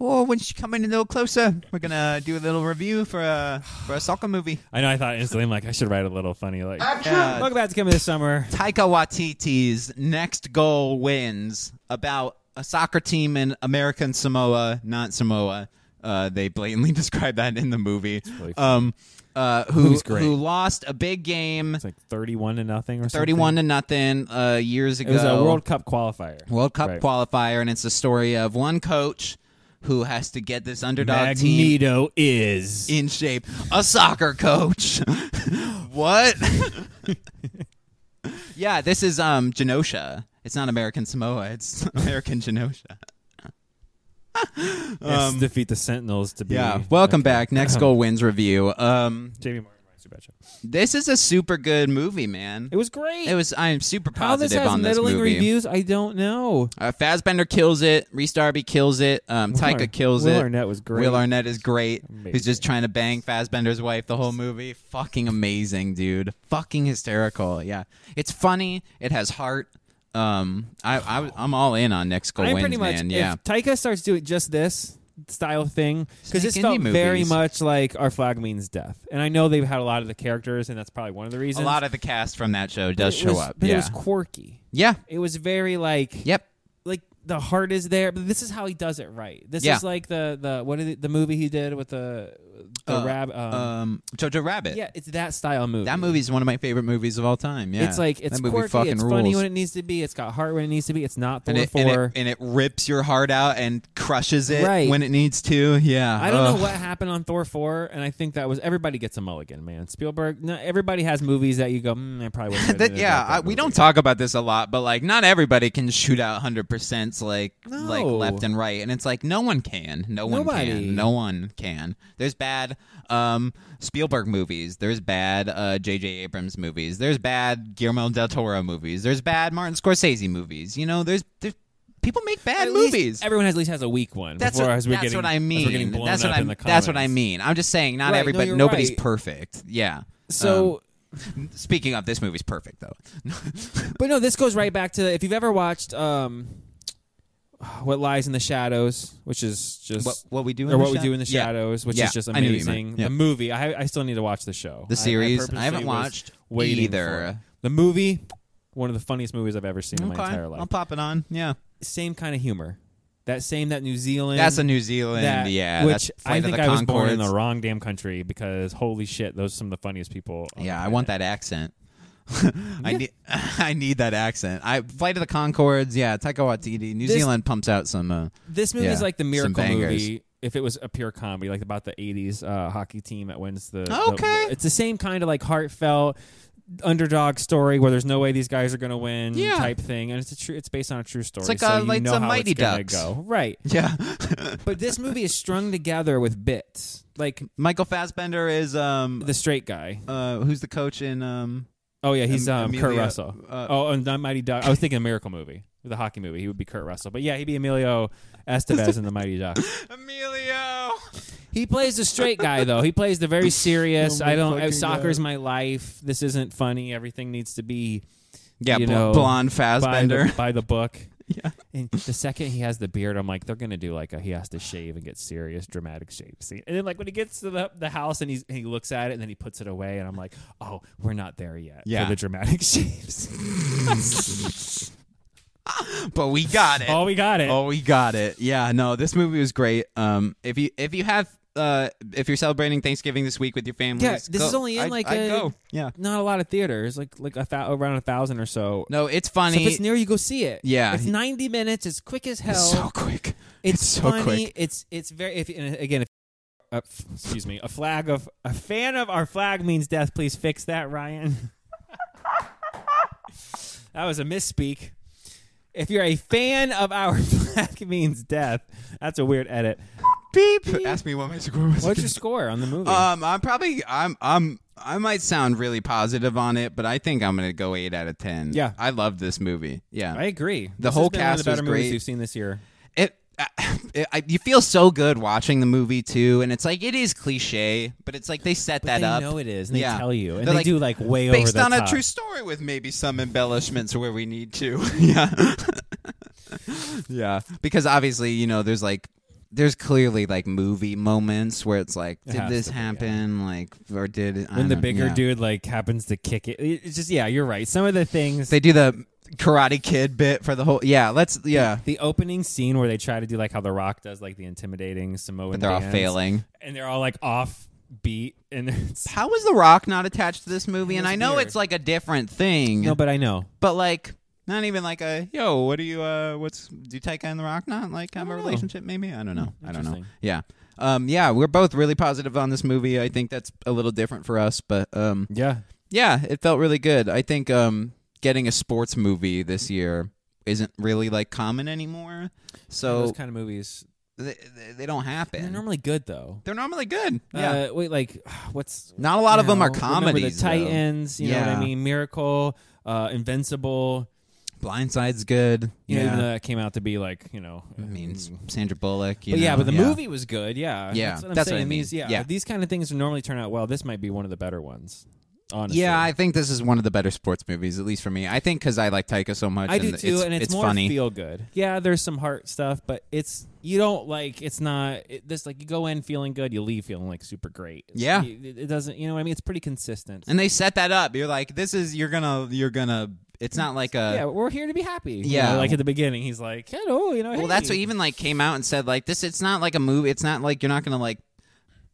Oh, when she's coming a little closer, we're gonna do a little review for a for a soccer movie. I know. I thought instantly. I'm like, I should write a little funny. Like, Yeah. look about to come this summer. Taika Waititi's next goal wins about a soccer team in American Samoa, not Samoa. Uh, they blatantly describe that in the movie. really funny. Um, uh, who Movie's great. who lost a big game, It's like 31 to nothing or something. thirty-one to nothing, uh, years ago. It was a World Cup qualifier. World Cup Right. qualifier, and it's the story of one coach who has to get this underdog team Magneto is. in shape. A soccer coach. what? yeah, this is um Genosha. It's not American Samoa. It's American Genosha. Yes, defeat the Sentinels to be. Yeah. Welcome back. Uh-huh. Next goal wins review. Um, Jamie Martin. writes about you. this is a super good movie, man. It was great. It was. I'm super How this positive has on this middling movie. reviews, I don't know. Uh, Fassbender kills it. Reese Darby kills it. Um, Taika Will Ar- kills Will it. Arnett was great. Will Arnett is great. Who's Amazing. just trying to bang Fassbender's wife the whole movie. Fucking amazing, dude. Fucking hysterical. Yeah, it's funny. It has heart. Um, I, I I'm all in on next goal I'm wins, pretty much. man. Yeah, If Taika starts doing just this style thing, Snake because this felt indie very movies. much like Our Flag Means Death, and I know they've had a lot of the characters, and that's probably one of the a reasons. lot of the cast from that show does It show was- up. But yeah, it was quirky. yeah, It was very like yep. like the heart is there, but this is how he does it right. This Yeah. is like the the what is it, the movie he did with the the Uh, rab. Um, Um, Jojo Rabbit. yeah, it's that style movie. that movie's one of my favorite movies of all time. Yeah, It's like it's that movie quirky, fucking it's rules. funny when it needs to be. It's got heart when it needs to be. It's not Thor and it, four. and it and it rips your heart out and crushes it Right. when it needs to. Yeah, I don't Ugh. know what happened on Thor four, and I think that was everybody gets a mulligan, man. Spielberg, no, everybody has movies that you go, mm, I probably wasn't. That, yeah, I, we don't talk about this a lot, but like, not everybody can shoot out hundred percent, like like No. left and right, and it's like no one can, no one Nobody. can, no one can. There's bad um, Spielberg movies, there's bad uh, J.J. Abrams movies, there's bad Guillermo del Toro movies, there's bad Martin Scorsese movies. You know, there's, there's people make bad movies. everyone has, at least has a weak one. that's before, what, as we're that's getting- what I as we're mean. getting blown that's up what I in the that's what I comments. mean. I'm just saying, not Right, no, everybody, you're nobody's right. perfect. Yeah. So, Um, speaking of, this movie's perfect though. but no, this goes right back to if you've ever watched um, what lies in the shadows, which is just what, what we do in or the what we Shadow- do in the Yeah. shadows, which Yeah, is just I knew what you meant. amazing. Yeah. The movie, I, I still need to watch the show. I- I the series. I, purposely haven't was watched waiting for it. either. The movie, one of the funniest movies I've ever seen in Okay, my entire life. I'll pop it on. Yeah, same kind of humor. That same that New Zealand. that's a New Zealand. that- yeah, which that's Flight I of think the I was born in Conchords. the wrong damn country because holy shit, those are some of the funniest people. on Yeah, the I want planet. that accent. I need I need that accent. I Flight of the Concords, yeah, Taika Waititi. New This- Zealand pumps out some uh, This movie is Yeah, like the some miracle bangers. movie. If it was a pure comedy, like about the '80s uh, hockey team that wins the, the- Okay. it's the same kind of like heartfelt underdog story where there's no way these guys are going to win Yeah. type thing, and it's a true. It's based on a true story. like, so uh, you like know some how Mighty it's gonna Ducks. go right? Yeah. But this movie is strung together with bits, like Michael Fassbender is um the straight guy. uh who's the coach in um Oh yeah, he's Em- um, Kurt Emilio- Russell. uh, oh, and the Mighty Duck. I was thinking a Miracle movie, the hockey movie. He would be Kurt Russell, but yeah, he'd be Emilio Estevez in the Mighty Duck. Oh. Emilio. He plays the straight guy though. He plays the very serious. Oh my I don't. I, fucking soccer's my life. This isn't funny. Everything needs to be Yeah, You bl- know, blonde by the, Fassbender. by the book. Yeah. And the second he has the beard, I'm like, they're gonna do like a he has to shave and get serious, dramatic shape scene. And then like when he gets to the, the house and he's and he looks at it and then he puts it away, and I'm like, oh, we're not there yet Yeah. for the dramatic shapes. but we got it. oh, we got it. Oh, we got it. Yeah, no, this movie was great. Um, if you if you have uh, if you're celebrating Thanksgiving this week with your family, Yeah, this is only in, like, I a- go. Yeah, Not a lot of theaters, like like a thou- around a thousand or so. no, it's So funny. if it's near, you go see it. Yeah. it's 90 minutes. It's quick as hell. It's so quick. It's, It's so funny. quick. It's it's very. If, and again, if, uh, f- excuse me, a flag of a fan of our flag means death. Please fix that, Ryan. that was a misspeak. If you're a fan of our flag means death, that's a weird edit. Beep. Ask me what my score was. What's your score on the movie? Um, I'm probably I'm I'm I might sound really positive on it, but I think I'm gonna go eight out of ten. Yeah. I love this movie. Yeah, I agree. the This whole has been one of cast the was better movies great. you've seen this year. it, I I, you feel so good watching the movie too, and it's like it is cliche, but it's like they set that they up. know it is. And Yeah. They tell you, and They're they like, do like way over based the on top. a true story with maybe some embellishments where we need to. yeah. yeah. Because obviously, you know, there's like there's clearly like movie moments where it's like, It did has this to be, yeah. happen? Like, or did it, I when the don't- bigger Mm-hmm. yeah. dude like happens to kick it. it- It's just yeah, you're right. Some of the things They do the Karate Kid bit for the whole. Yeah, let's. Yeah, the opening scene where they try to do like how The Rock does like the intimidating Samoan, but they're all dance, failing. and they're all like off beat and it's How is The Rock not attached to this movie? And That's I know weird. it's like a different thing, no, but, but I know like not even like a yo. What do you? uh What's do Taika and The Rock not like have don't a know. relationship? Maybe I don't know. I don't know. Hmm, interesting. Yeah. Um, yeah, we're both really positive on this movie. I think that's a little different for us, but um, yeah. yeah, it felt really good. I think um, getting a sports movie this year isn't really like common anymore, so those kind of movies they, they- they don't happen. they're normally good though. They're normally good. Yeah, Uh, wait, like what's not a lot of them now? are Remember comedies. The Titans, you know what Yeah. I mean? Miracle, uh, Invincible. though. Blindside's good. You know, yeah, even though that came out to be like you know. I mean s- mm, Sandra Bullock. You but yeah, know, but the movie was good. Yeah, Yeah, That's what I'm that's what saying. I mean. These, yeah, Yeah. these kind of things normally turn out well. This might be one of the better ones. Honestly, Yeah, I think this is one of the better sports movies, at least for me. I think because I like Taika so much. I do and too, it's, and it's, it's more funny. feel good. Yeah, there's some heart stuff, but it's you don't like it's not it, this like you go in feeling good, you leave feeling like super great. It's- Yeah. you- it, it doesn't. You know what I mean? It's pretty consistent. and they set that up. You're like, this is you're gonna you're gonna. It's not like a yeah, we're here to be happy. you uh, Yeah. know, like at the beginning, he's like, hello, you know. Well, hey. that's what even like came out and said like this. It's not like a movie. It's not like you're not gonna like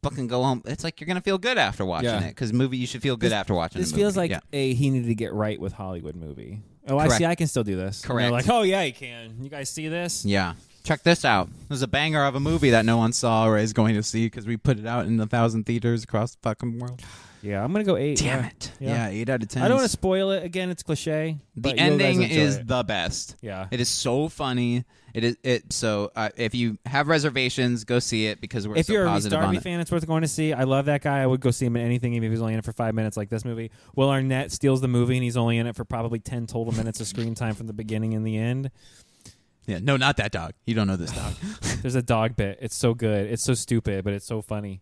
fucking go home. It's like you're gonna feel good after watching Yeah. it because movie you should feel good after watching. This the movie. feels like Yeah. a he needed to get right with Hollywood movie. Oh, I Correct. see. I can still do this. And Correct. they're like, oh yeah, you can. You guys see this? yeah. Check this out. There's a banger of a movie that no one saw or is going to see because we put it out in a thousand theaters across the fucking world. Yeah, I'm gonna go eight. Damn yeah. it. Yeah. Yeah. eight out of ten. I don't want to spoil it again. It's cliche. the but you'll guys ending enjoy is it. the best. yeah. It is so funny. It is it. So uh, if you have reservations, go see it because we're if so you're a Reese positive on Darby it. fan, it's worth going to see. I love that guy. I would go see him in anything, even if he's only in it for five minutes, like this movie. Will Arnett steals the movie, and he's only in it for probably ten total minutes of screen time from the beginning and the end. yeah, no, not that dog. You don't know this dog. There's a dog bit. It's so good. It's so stupid, but it's so funny.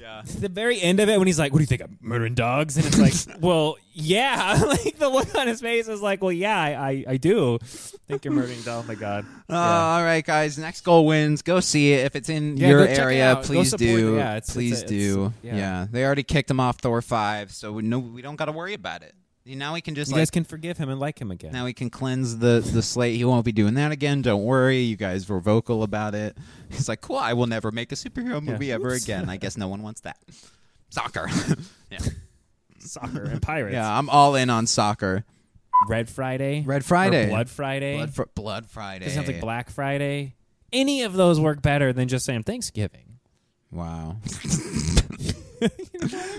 Yeah. The very end of it, when he's like, "What do you think I'm murdering dogs?" and it's like, "Well, yeah." like the look on his face is like, "Well, yeah, I, I, I do think you're murdering dogs." Oh my god. Uh, Yeah. All right, guys. Next goal wins. Go see it if it's in Yeah, your go check it area. out. Go Please support do. it. Yeah, it's- please it's a- it's- do. yeah. yeah. they already kicked him off Thor five, so we, no, we don't got to worry about it. Now we can just You like guys can forgive him and like him again. now we can cleanse the the slate. He won't be doing that again. Don't worry. You guys were vocal about it. He's like, cool. I will never make a superhero Yeah. movie ever Oops. again. I guess no one wants that. Soccer. yeah, Soccer and pirates. yeah. I'm all in on soccer. Red Friday. Red Or Friday. Blood Friday. Blood, fr- Blood Friday. It sounds like Black Friday. Any of those work better than just saying Thanksgiving. Wow.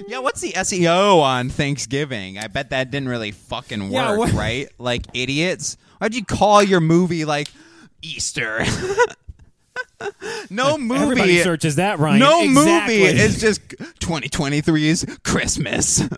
yeah, what's the SEO on Thanksgiving? I bet that didn't really fucking work, Yeah, what- right? Like idiots. Why'd you call your movie like Easter? no Everybody movie. searches that, Ryan. No Exactly. movie is just 2023's Christmas.